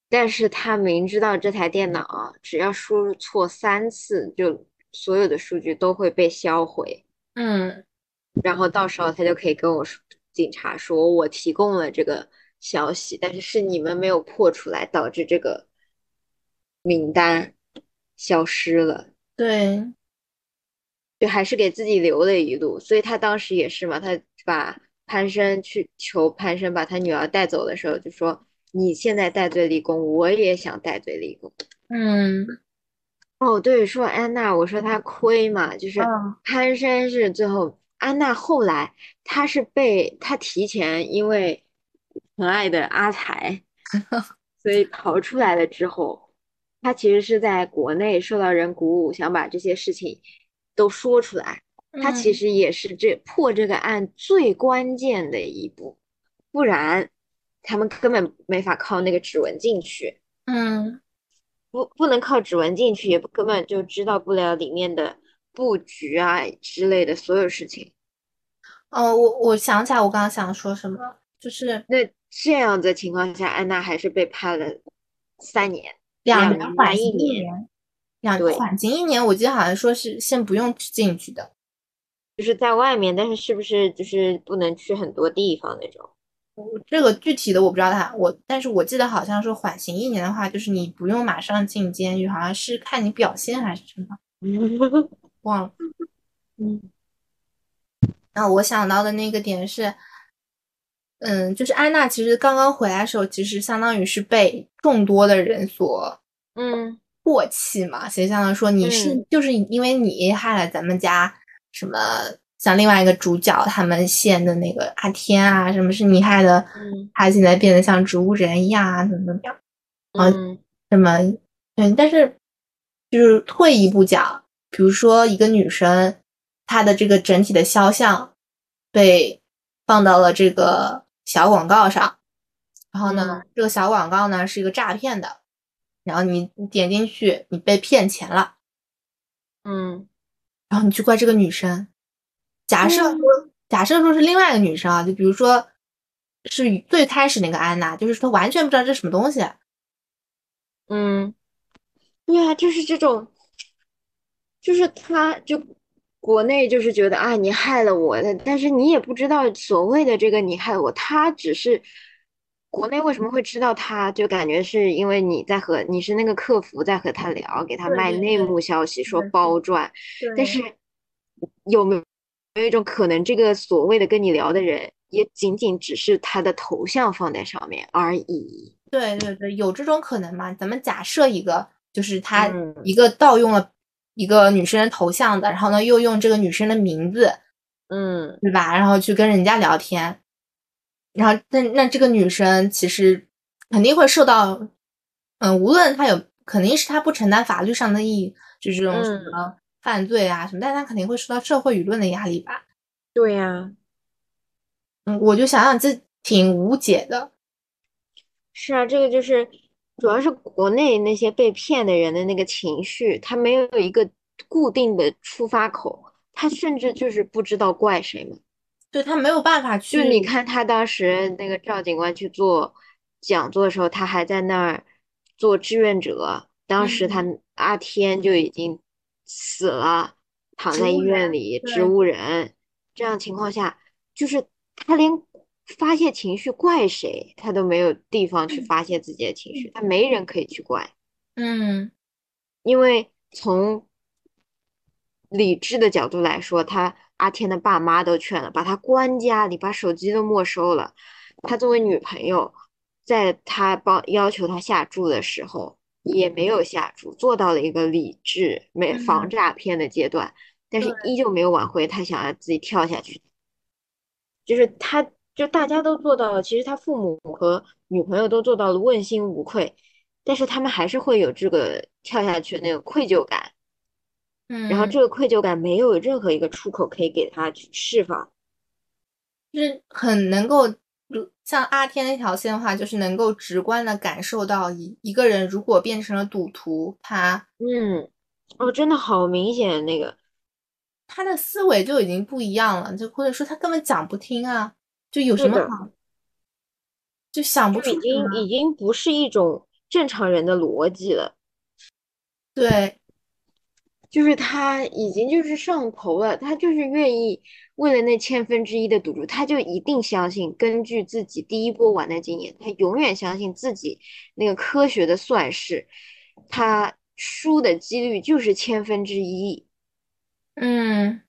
A: 但是他明知道这台电脑啊只要输入错三次，就所有的数据都会被销毁，
B: 嗯
A: 然后到时候他就可以跟我说，警察说我提供了这个消息，但是是你们没有破出来，导致这个名单消失了。
B: 对，
A: 就还是给自己留了一路，所以他当时也是嘛，他把潘生去求潘生把他女儿带走的时候，就说你现在戴罪立功，我也想戴罪立功，
B: 嗯
A: 哦，对，说安娜，我说她亏嘛，就是
B: 嗯
A: 潘山是最后，安娜后来她是被她提前因为疼爱的阿才，所以逃出来了之后，她其实是在国内受到人鼓舞，想把这些事情都说出来。她其
B: 嗯
A: 实也是这破这个案最关键的一步，不然他们根本没法靠那个指纹进去。
B: 嗯
A: 不不能靠指纹进去，也不根本就知道不了里面的布局啊之类的所有事情。
B: 哦，我我想起来我刚刚想说什么了，就是
A: 那这样的情况下，安娜还是被判了三年，
B: 两
A: 两
B: 年
A: 年
B: 缓
A: 判
B: 刑
A: 一
B: 一
A: 年
B: 年，两
A: 对
B: 缓刑一年，我记得好像说是先不用进去的。
A: 就是在外面，但是是不是就是不能去很多地方那种？
B: 我这个具体的我不知道他我，但是我记得好像说缓刑一年的话，就是你不用马上进监狱，好像是看你表现还是什么，忘了。
A: 嗯
B: 那我想到的那个点是，嗯，就是安娜其实刚刚回来的时候，其实相当于是被众多的人所
A: 嗯
B: 唾弃嘛，谁相当于说你是、
A: 嗯
B: 就是因为你害了咱们家什么，像另外一个主角他们县的那个阿天啊，什么是你害的，
A: 嗯
B: 他现在变得像植物人一样啊，怎么怎么样，
A: 嗯
B: 什么，嗯，但是就是退一步讲，比如说一个女生，她的这个整体的肖像被放到了这个小广告上，然后呢，
A: 嗯
B: 这个小广告呢是一个诈骗的，然后你你点进去，你被骗钱了，
A: 嗯
B: 然后你去怪这个女生，假设
A: 嗯
B: 说，假设说是另外一个女生啊，就比如说是最开始那个安娜，就是她完全不知道这是什么东西，
A: 嗯，对啊，就是这种，就是他就国内就是觉得啊，你害了我的，但是你也不知道所谓的这个你害我，他只是国内为什么会知道他，就感觉是因为你在和你是那个客服在和他聊，给他
B: 对
A: 卖
B: 对
A: 内
B: 对
A: 幕消息，说
B: 对嗯
A: 包赚，但是有没有有一种可能，这个所谓的跟你聊的人，也仅仅只是他的头像放在上面而已。
B: 对对对，有这种可能吗？咱们假设一个，就是他
A: 嗯
B: 一个盗用了一个女生的头像的，然后呢又用这个女生的名字，
A: 嗯
B: 对吧？然后去跟人家聊天，然后那那这个女生其实肯定会受到，嗯，无论她有，肯定是她不承担法律上的意义，就这种什
A: 嗯
B: 么犯罪啊什么，但她肯定会受到社会舆论的压力吧。
A: 对呀。
B: 嗯，我就想想这挺无解的。
A: 是啊，这个就是，主要是国内那些被骗的人的那个情绪，他没有一个固定的出发口，他甚至就是不知道怪谁嘛。
B: 对她没有办法
A: 就
B: 去，
A: 你看他当时那个赵警官去做讲座的时候，他还在那儿做志愿者，当时他
B: 嗯
A: 阿天就已经死了，躺
B: 植
A: 在医
B: 物
A: 院
B: 人
A: 里，
B: 对
A: 植物人。这样情况下，就是他连发泄情绪怪谁，他都没有地方去发泄自己的情绪，他没人可以去怪，
B: 嗯。
A: 因为从理智的角度来说，他阿天的爸妈都劝了，把他关家里，把手机都没收了。他作为女朋友，在他帮要求他下注的时候，也没有下注，做到了一个理智、没防
B: 嗯
A: 诈骗的阶段，但是依旧没有挽回他想要自己跳下去。就是他，就大家都做到了，其实他父母和女朋友都做到了问心无愧，但是他们还是会有这个跳下去的那个愧疚感。然后
B: 嗯，
A: 这个愧疚感没有任何一个出口可以给他去释放。
B: 就是很能够，如像阿天那条线的话，就是能够直观的感受到一一个人如果变成了赌徒，他
A: 嗯，哦，真的好明显那个，
B: 他的思维就已经不一样了，就或者说他根本讲不听啊，就有什
A: 是
B: 么
A: 的
B: 好，就想不
A: 就
B: 出
A: 已
B: 什
A: 经
B: 么。
A: 已经不是一种正常人的逻辑了，
B: 对，
A: 就是他已经就是上头了，他就是愿意为了那千分之一的赌注，他就一定相信，根据自己第一波玩的经验，他永远相信自己那个科学的算式，他输的几率就是千分之一。
B: 嗯，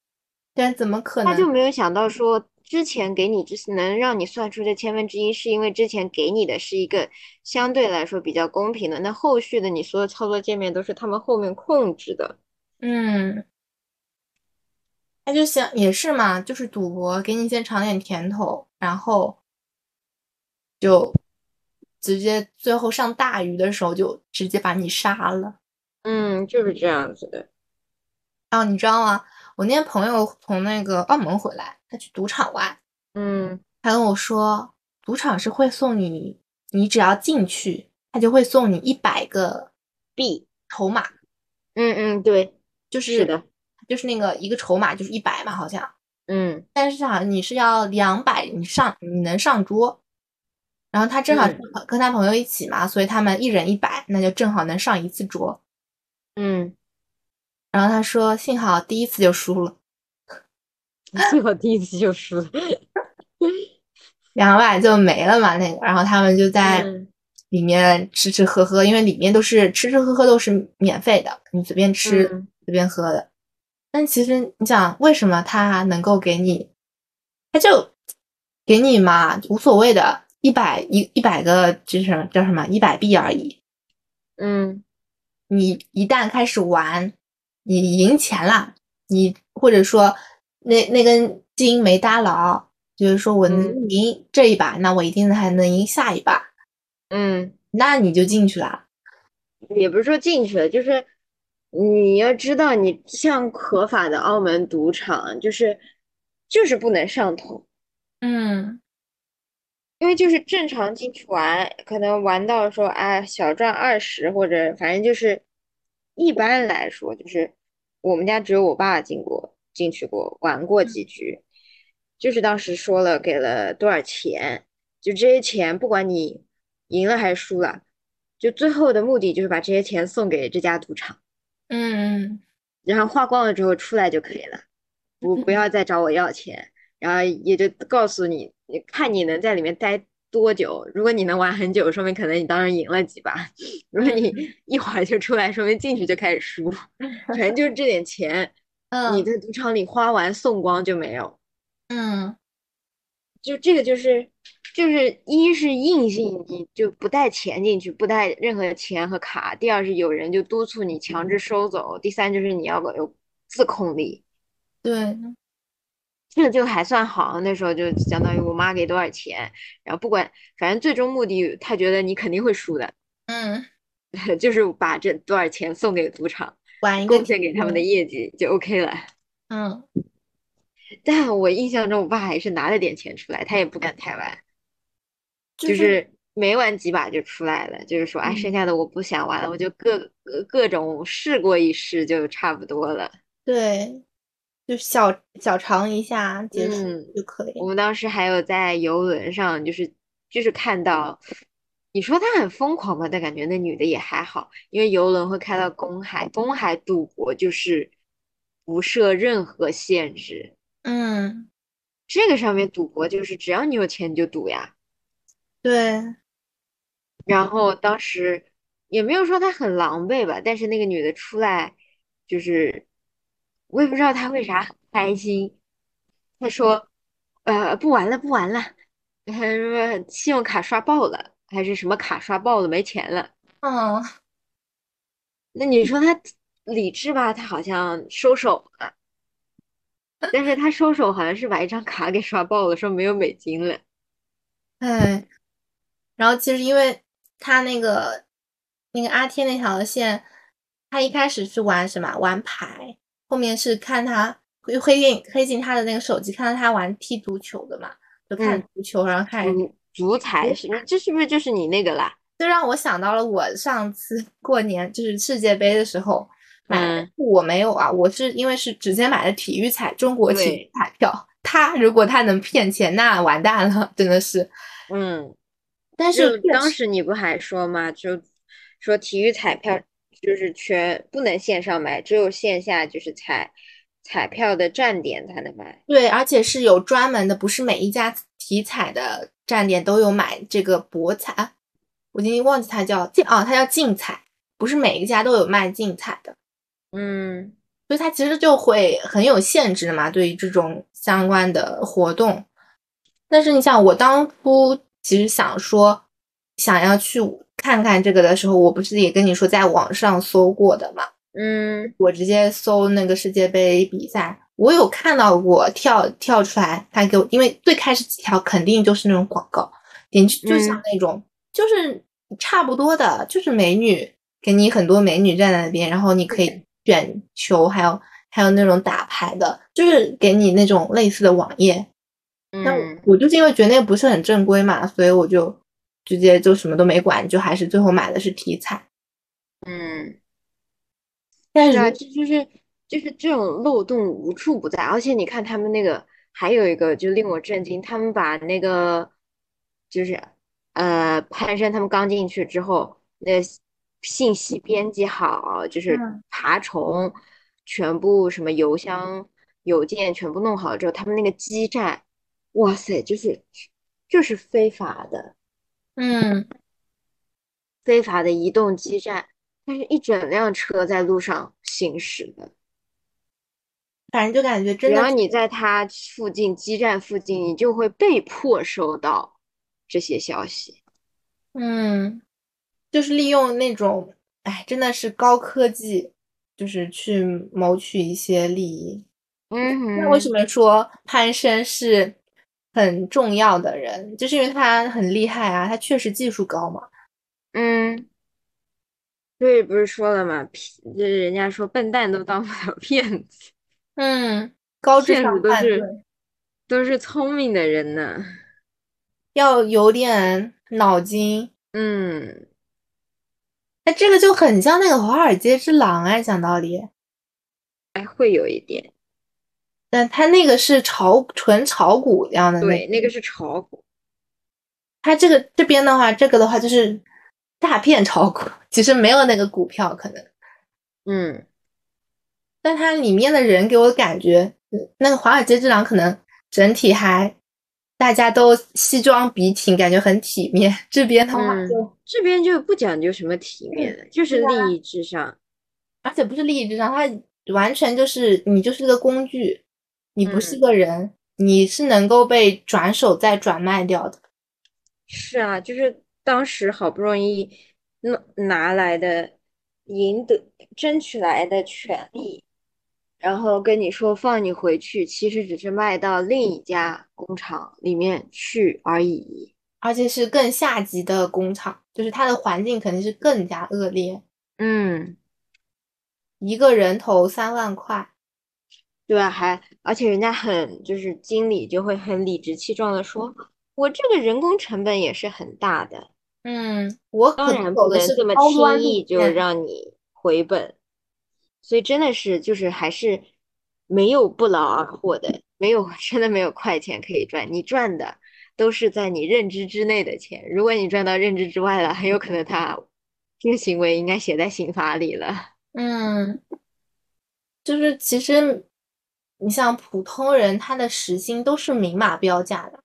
B: 但怎么可
A: 他
B: 能？
A: 就没有想到说，之前给你就是能让你算出这千分之一，是因为之前给你的是一个相对来说比较公平的，那后续的你所有操作界面都是他们后面控制的。
B: 嗯，他就想也是嘛，就是赌博，给你先尝点甜头，然后就直接最后上大鱼的时候就直接把你杀了。
A: 嗯，就是这样子的。
B: 哦，你知道吗？我那天朋友从那个澳门回来，他去赌场玩，
A: 嗯，
B: 他跟我说，赌场是会送你，你只要进去，他就会送你一百个
A: 币，
B: 筹码，
A: 嗯嗯，对，
B: 就是
A: 是的，
B: 就是那个一个筹码就是一百嘛，好像。
A: 嗯
B: 但是好像你是要两百，你上你能上桌。然后他正好
A: 嗯
B: 跟他朋友一起嘛，所以他们一人一百，那就正好能上一次桌。
A: 嗯，
B: 然后他说，幸好第一次就输了，
A: 幸好第一次就输了。
B: 两百就没了嘛那个。然后他们就在
A: 嗯
B: 里面吃吃喝喝，因为里面都是吃吃喝喝都是免费的，你随便吃、
A: 嗯
B: 随便喝的。但其实你想，为什么他能够给你，他就给你嘛，无所谓的，一百一一百个就是什么叫什么一百币而已。
A: 嗯
B: 你一旦开始玩，你赢钱了，你或者说那那根筋没搭牢，就是说我能
A: 嗯
B: 赢这一把，那我一定还能赢下一把，
A: 嗯，
B: 那你就进去了。
A: 也不是说进去了，就是你要知道，你像合法的澳门赌场，就是就是不能上头。
B: 嗯
A: 因为就是正常进去玩，可能玩到说哎小赚二十，或者反正就是一般来说，就是我们家只有我爸进过进去过玩过几局，就是当时说了给了多少钱，就这些钱不管你赢了还是输了，就最后的目的就是把这些钱送给这家赌场，
B: 嗯嗯，
A: 然后花光了之后出来就可以了，不不要再找我要钱，然后也就告诉你，你看你能在里面待多久。如果你能玩很久，说明可能你当时赢了几把； 如果你一会儿就出来，说明进去就开始输。反正就是这点钱，你
B: 嗯
A: 在赌场里花完送光就没有。
B: 嗯
A: 就这个就是，就是一是硬性你就不带钱进去，不带任何钱和卡；第二是有人就督促你强制收走；第三就是你要有自控力。
B: 对，
A: 这就还算好，那时候就相当于我妈给多少钱，然后不管，反正最终目的，她觉得你肯定会输的，
B: 嗯，
A: 就是把这多少钱送给赌场，
B: 玩一个
A: 贡献给他们的业绩就 OK 了。
B: 嗯，
A: 但我印象中，我爸还是拿了点钱出来，他也不敢太玩，
B: 就
A: 就是没玩几把就出来了，就是说，哎，
B: 嗯
A: 剩下的我不想玩了，我就各各各种试过一试就差不多了。
B: 对，就小小尝一下结束
A: 嗯
B: 就可以。
A: 我们当时还有在游轮上，就是就是看到，你说她很疯狂吧，但感觉那女的也还好，因为游轮会开到公海，公海赌博就是不设任何限制，
B: 嗯，
A: 这个上面赌博就是只要你有钱你就赌呀。
B: 对，
A: 然后当时也没有说她很狼狈吧，但是那个女的出来，就是我也不知道她为啥很开心。她说：“呃，不玩了，不玩了，还说信用卡刷爆了，还是什么卡刷爆了，没钱了。”
B: 嗯
A: 那你说她理智吧，她好像收手了，但是她收手好像是把一张卡给刷爆了，说没有美金了。
B: 哎，然后其实因为他那个那个阿天那条线，他一开始是玩什么玩牌，后面是看他黑黑进黑进他的那个手机，看到他玩踢足球的嘛，就看
A: 嗯
B: 足球，然后看，
A: 嗯，足彩是不是？这是不是就是你那个啦？
B: 就让我想到了我上次 过年就是世界杯的时候买的
A: 嗯，
B: 我没有啊，我是因为是直接买的体育彩中国体育
A: 对
B: 彩票，他如果他能骗钱，那完蛋了，真的是。
A: 嗯。
B: 但
A: 就是
B: 确
A: 当
B: 实
A: 时你不还说吗？就说体育彩票就是全不能线上买，只有线下就是彩彩票的站点才能买。
B: 对，而且是有专门的，不是每一家体彩的站点都有买这个博彩，啊我已经忘记它叫竞啊，它叫竞彩，不是每一家都有卖竞彩的。
A: 嗯
B: 所以它其实就会很有限制嘛，对于这种相关的活动。但是你想，我当初其实想说，想要去看看这个的时候，我不是也跟你说在网上搜过的嘛？
A: 嗯，
B: 我直接搜那个世界杯比赛，我有看到过跳跳出来，他给我，因为最开始几条肯定就是那种广告，点击就像
A: 嗯
B: 那种、就是差不多的，就是美女，给你很多美女站在那边，然后你可以选球，还有还有那种打牌的，就是给你那种类似的网页。那我
A: 嗯，
B: 我就是因为觉得那个不是很正规嘛，所以我就直接就什么都没管，就还是最后买的是体彩。
A: 嗯，
B: 但
A: 对
B: 如
A: 啊，这就是就是这种漏洞无处不在，而且你看他们那个还有一个就令我震惊，他们把那个就是呃潘山他们刚进去之后，那信息编辑好，就是
B: 嗯
A: 爬虫全部什么邮箱邮件全部弄好之后，他们那个基站，哇塞，就是就是非法的。
B: 嗯，
A: 非法的移动基站，它是一整辆车在路上行驶的。
B: 反正就感觉
A: 只
B: 真的
A: 要你在它附近基站附近，你就会被迫收到这些消息。
B: 嗯，就是利用那种，哎，真的是高科技，就是去谋取一些利益。
A: 嗯
B: 那为什
A: 哼，
B: 么说潘生是很重要的人？就是因为他很厉害啊，他确实技术高嘛。
A: 嗯，所以不是说了吗？骗，就是人家说笨蛋都当不了骗子，
B: 嗯，高智
A: 骗子
B: 商
A: 都
B: 犯罪，
A: 是都是聪明的人呢。
B: 要有点脑筋。
A: 嗯，
B: 那这个就很像那个《华尔街之狼》哎，讲道理，
A: 还会有一点，
B: 但他那个是炒纯炒股一样的那
A: 对，那个是炒股。
B: 它这个这边的话，这个的话就是大片炒股， 其实没有那个股票可能，
A: 嗯，
B: 但它里面的人给我感觉，嗯那个华尔街之狼可能整体还大家都西装笔挺，感觉很体面。这边的话
A: 嗯
B: 就，
A: 这边就不讲究什么体
B: 嗯
A: 面了，就是
B: 啊
A: 利益至上。
B: 而且不是利益至上，它完全就是你就是个工具，你不是
A: 嗯
B: 个人，你是能够被转手再转卖掉的。
A: 是啊，就是当时好不容易弄拿来的、赢得、争取来的权利，然后跟你说放你回去，其实只是卖到另一家工厂里面去而已。
B: 而且是更下级的工厂，就是它的环境肯定是更加恶劣。
A: 嗯，
B: 一个人头三万块，
A: 对啊，还而且人家很就是经理就会很理直气壮的说，我这个人工成本也是很大的，
B: 嗯，我
A: 当
B: 可能
A: 然不
B: 走的
A: 能
B: 是
A: 这么
B: 高端
A: 轻
B: 路
A: 易就
B: 线，
A: 让你回本。所以真的是就是还是没有不劳而获的，没有 真的没有快钱可以赚，你赚的都是在你认知之内的钱。如果你赚到认知之外了，很有可能他这个行为应该写在刑法里了。
B: 嗯，就是其实你像普通人，他的时薪都是明码标价的。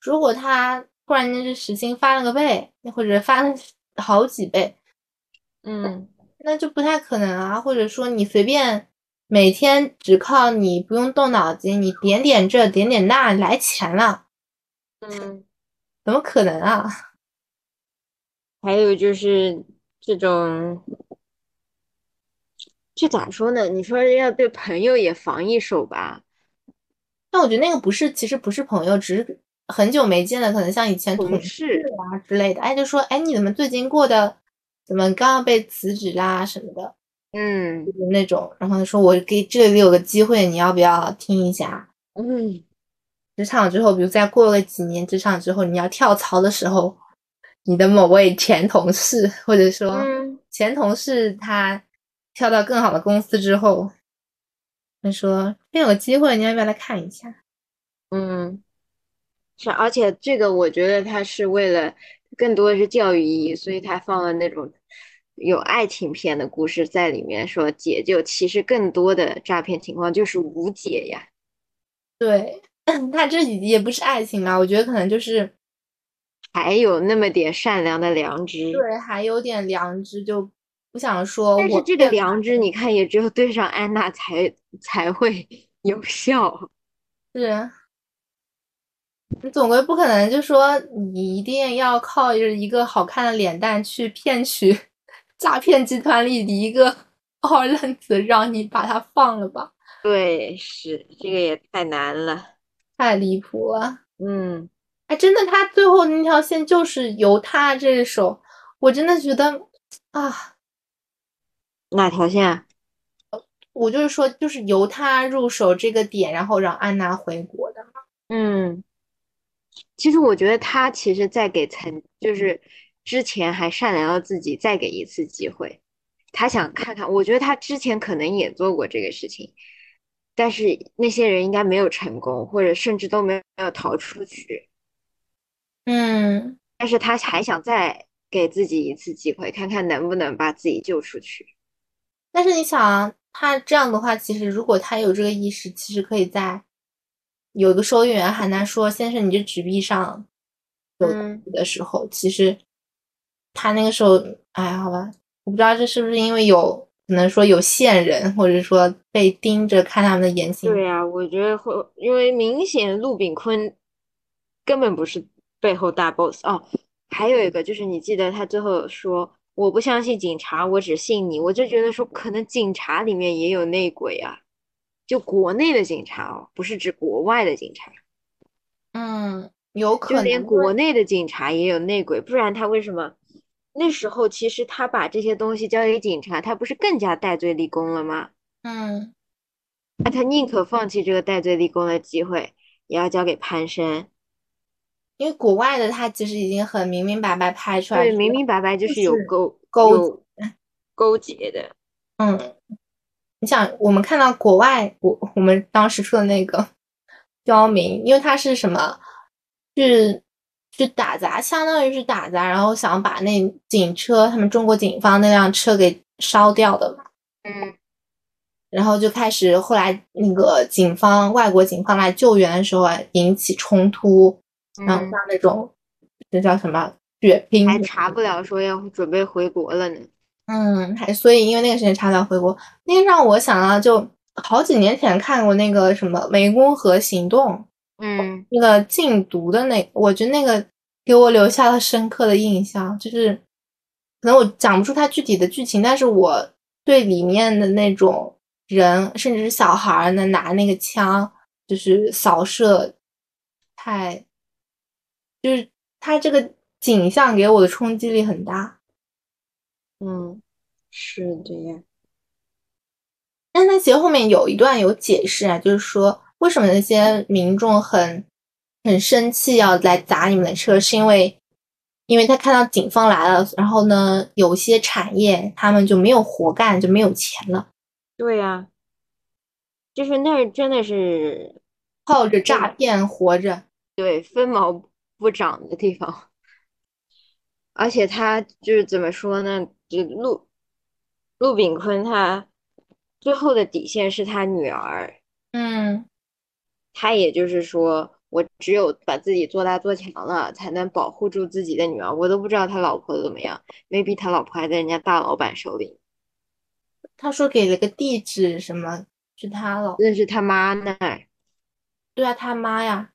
B: 如果他突然间这时薪翻了个倍，或者翻了 好几倍，
A: 嗯
B: 那就不太可能啊。或者说你随便每天只靠你不用动脑筋，你点点这点点那来钱了，
A: 嗯，
B: 怎么可能啊？
A: 还有就是这种，这咋说呢？你说要对朋友也防一手吧，
B: 但我觉得那个不是，其实不是朋友，只是很久没见了，可能像以前同
A: 同
B: 事
A: 事，
B: 啊之类的。哎，就说哎，你怎么最近过得，怎么刚刚被辞职啦什么的，
A: 嗯
B: 就是那种。然后他说我给这里有个机会，你要不要听一下？
A: 嗯，
B: 职场之后，比如再过个几年，职场之后你要跳槽的时候，你的某位前同事或者说
A: 嗯，
B: 前同事他跳到更好的公司之后，他说这有个机会，你要不要来看一下？
A: 嗯。是，而且这个我觉得他是为了更多的是教育意义，所以他放了那种有爱情片的故事在里面，说解救。其实更多的诈骗情况就是无解呀。
B: 对， 他这也也不是爱情吧？我觉得可能就是
A: 还有那么点善良的良知，
B: 对，还有点良知，就我想说
A: 但
B: 我
A: 是这个良知，你看也只有对上安娜才才会 有效。
B: 是，你总归不可能就说你一定要靠着一个好看的脸蛋去骗取 诈骗集团里的一个 二愣子，让你把他放了吧，
A: 对，是这个也太难了。
B: 太离谱了。
A: 嗯，
B: 哎，真的，他最后那条线就是由他这手，我真的觉得啊，
A: 哪条线啊？
B: 我就是说，就是由他入手这个点，然后让安娜回国的。
A: 嗯，其实我觉得他其实在给曾，就是之前还善良了自己，再给一次机会。他想看看，我觉得他之前可能也做过这个事情，但是那些人应该没有成功，或者甚至都没有没有逃出去。
B: 嗯，
A: 但是他还想再给自己一次机会，看看能不能把自己救出去。
B: 但是你想啊，他这样的话，其实如果他有这个意识，其实可以在有一个收银员喊他说：“先生，你这纸币上有
A: 嗯
B: 的时候，其实他那个时候，哎，好吧，我不知道这是不是因为有可能说有线人，或者说被盯着看他们的言行。
A: 对呀、啊我觉得会，因为明显陆炳坤根本不是背后大 boss 哦。还有一个就是，你记得他最后说：“我不相信警察，我只信你。”我就觉得说，可能警察里面也有内鬼啊，就国内的警察哦，不是指国外的警察，
B: 嗯，有可
A: 就
B: 能
A: 连
B: 因为
A: 国内的警察也有内鬼，不然他为什么那时候其实他把这些东西交给警察，他不是更加戴罪立功了吗？
B: 嗯，
A: 那他宁可放弃这个戴罪立功的机会，也要交给潘生。
B: 因为国外的他其实已经很明明白白拍出来，
A: 对，明明白白就
B: 就是
A: 有
B: 是
A: 勾
B: 勾
A: 有勾结的。
B: 嗯，你想，我们看到国外，我我们当时说的那个刁民，因为他是什么，是去打砸，相当于是打砸，然后想把那警车，他们中国警方那辆车给烧掉的嘛，
A: 嗯
B: 然后就开始后来那个警方，外国警方来救援的时候啊，引起冲突，然后像
A: 嗯，
B: 那种这叫什么血拼，
A: 还查不了说要准备回国了呢。
B: 嗯，还所以因为那个事情查到回国，那个让我想到就好几年前看过那个什么《湄公河行动》，
A: 嗯
B: 那个禁毒的那，我觉得那个给我留下了深刻的印象，就是可能我讲不出它具体的剧情，但是我对里面的那种人，甚至是小孩儿呢，拿那个枪就是扫射，太，就是他这个景象给我的冲击力很大。
A: 嗯，是的呀。
B: 但他其实后面有一段有解释啊，就是说为什么那些民众很很生气要来砸你们的车，是因为因为他看到警方来了，然后呢，有些产业他们就没有活干，就没有钱了，
A: 对呀，就是那儿真的是
B: 靠着诈骗活着。
A: 对分毛不长的地方，而且他就是怎么说呢？就陆陆炳坤他最后的底线是他女儿。
B: 嗯
A: 他也就是说，我只有把自己做大做强了，才能保护住自己的女儿。我都不知道他老婆怎么样，maybe 他老婆还在人家大老板手里，
B: 他说给了个地址什么，是他老，
A: 那是他妈那儿。
B: 对啊，他妈呀，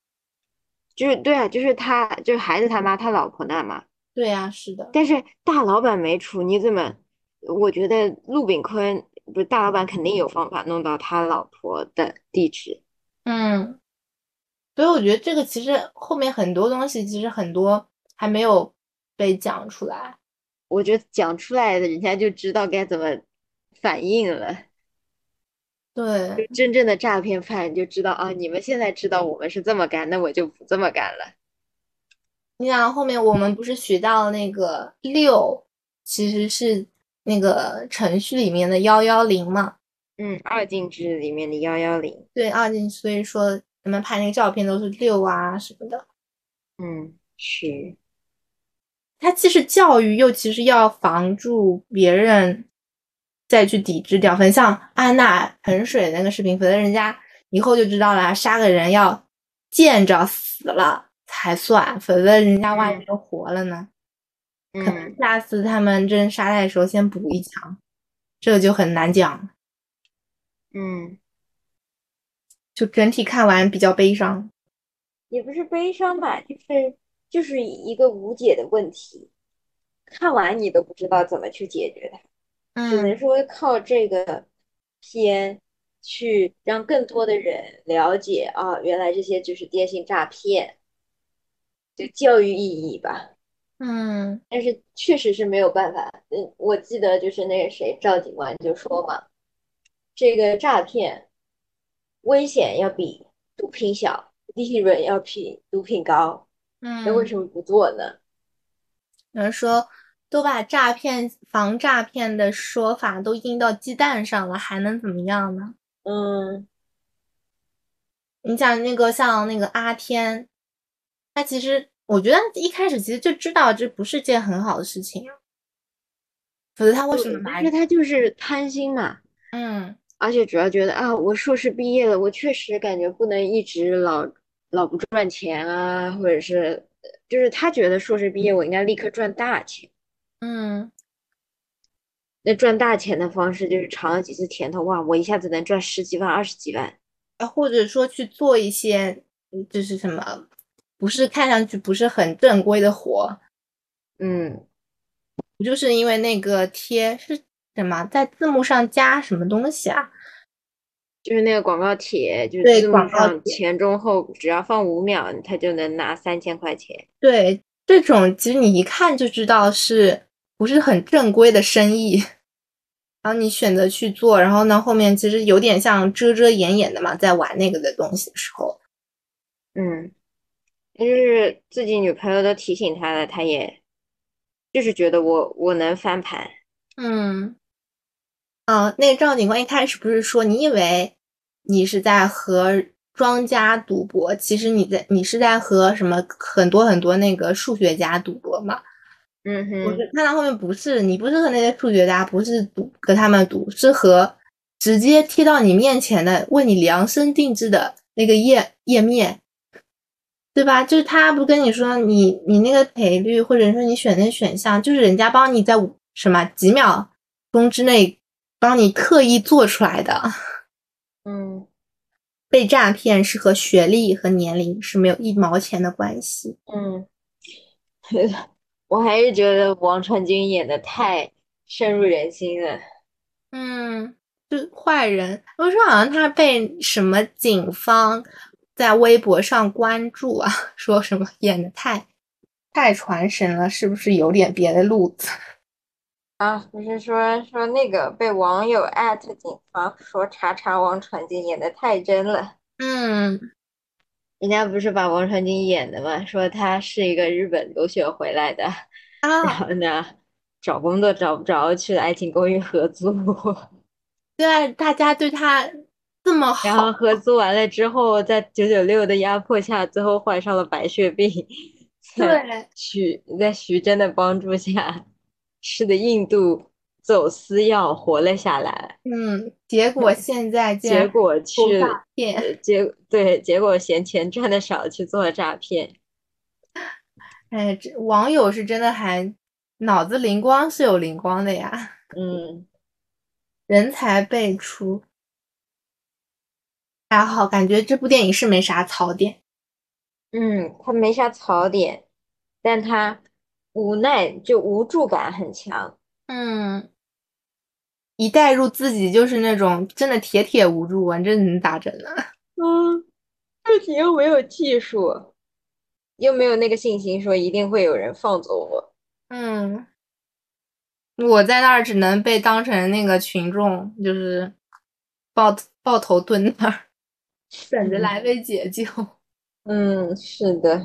A: 就是对啊，就是他，就是孩子他妈，他老婆那嘛。
B: 对呀、是的，
A: 但是大老板没出，你怎么？我觉得陆炳坤不是大老板，肯定有方法弄到他老婆的地址。
B: 嗯，所以我觉得这个其实后面很多东西，其实很多还没有被讲出来。
A: 我觉得讲出来的，人家就知道该怎么反应了。
B: 对，
A: 真正的诈骗犯就知道啊，你们现在知道我们是这么干，那我就不这么干了。
B: 你想后面我们不是学到那个六，其实是那个程序里面的幺幺零嘛？
A: 嗯，二进制里面的幺幺零，
B: 对，二进，所以说你们拍那个照片都是六啊什么的。
A: 嗯，是，
B: 它既是教育，又其实要防住别人再去抵制掉。很像安娜喷水那个视频，否则人家以后就知道了，啊杀个人要见着死了才算，否则人家万一
A: 嗯
B: 就活了呢。可能
A: 嗯，
B: 下次他们真沙袋的时候先补一枪，这个就很难讲了。
A: 嗯，
B: 就整体看完比较悲伤。
A: 也不是悲伤吧，就是就是一个无解的问题，看完你都不知道怎么去解决它。只能
B: 嗯
A: 说靠这个片去让更多的人了解啊，原来这些就是电信诈骗，就教育意义吧。
B: 嗯
A: 但是确实是没有办法，嗯，我记得就是那个谁赵警官就说嘛，这个诈骗危险要比毒品小，利润要比毒品高，那为
B: 嗯，
A: 什么不做呢？
B: 有人说都把诈骗防诈骗的说法都印到鸡蛋上了，还能怎么样呢？
A: 嗯
B: 你讲那个像那个阿天，他其实我觉得一开始其实就知道这不是件很好的事情，啊否则他为什么
A: 对
B: 拿
A: 但是他就是贪心嘛。
B: 嗯
A: 而且主要觉得啊，我硕士毕业了，我确实感觉不能一直老老不赚钱啊，或者是呃就是他觉得硕士毕业我应该立刻赚大钱。
B: 嗯
A: 那赚大钱的方式就是尝了几次甜头，哇，我一下子能赚十几万、二十几万。
B: 啊，或者说去做一些嗯就是什么不是看上去不是很正规的活，
A: 嗯，
B: 不就是因为那个贴是什么在字幕上加什么东西啊？
A: 就是那个广告帖，就是
B: 对
A: 字幕
B: 广告
A: 上
B: 帖
A: 前中后只要放五秒，他就能拿三千块钱。
B: 对，这种其实你一看就知道是不是很正规的生意， 然后你选择去做，然后呢后面其实有点像遮遮掩掩的嘛，在玩那个的东西的时候，
A: 嗯，但是自己女朋友都提醒他了，他也就是觉得我我能翻盘。
B: 嗯，啊，那个赵警官一开始不是说你以为你是在和庄家赌博，其实你在你是在和什么很多很多那个数学家赌博嘛？
A: 嗯
B: 我
A: 哼。
B: 是看到后面不是，你不是和那些数学家，不是赌和他们赌，是和直接贴到你面前的，为你量身定制的那个页页面，对吧？就是他不跟你说你你那个赔率，或者说你选那选项，就是人家帮你在五什么几秒钟之内帮你特意做出来的。
A: 嗯。
B: 被诈骗是和学历和年龄是没有一毛钱的关系。
A: 嗯， 我还是觉得王传君演的太深入人心了。
B: 嗯，就坏人，我说好像他被什么警方在微博上关注啊， 说什么演的太太传神了，是不是有点别的路子？
A: 啊，不是说说那个被网友艾特警方说查查王传君演的太真了，
B: 嗯
A: 人家不是把王传君演的嘛，说他是一个日本留学回来的，然
B: 啊，
A: 后呢，找工作找不着，去了《爱情公寓》合租，
B: 对啊，大家对他这么
A: 然后
B: 好，
A: 合租完了之后，在九九六的压迫下，最后患上了白血病，在
B: 对，
A: 徐在徐峥的帮助下吃的印度走私药活了下来，
B: 嗯，结果现在竟
A: 结
B: 然
A: 果
B: 做
A: 去
B: 诈骗，
A: 呃结对结果嫌钱赚的少去做诈骗，
B: 哎，这网友是真的还脑子灵光是有灵光的呀，
A: 嗯
B: 人才辈出。还好，感觉这部电影是没啥槽点。
A: 嗯，他没啥槽点，但他无奈就无助感很强，
B: 嗯，一带入自己就是那种真的铁铁无助，完真能打针了。
A: 嗯，自己又没有技术。又没有那个信心说一定会有人放走我。
B: 嗯， 我在那儿只能被当成那个群众，就是抱嗯抱头蹲那儿，等着来被解救。
A: 嗯，是的，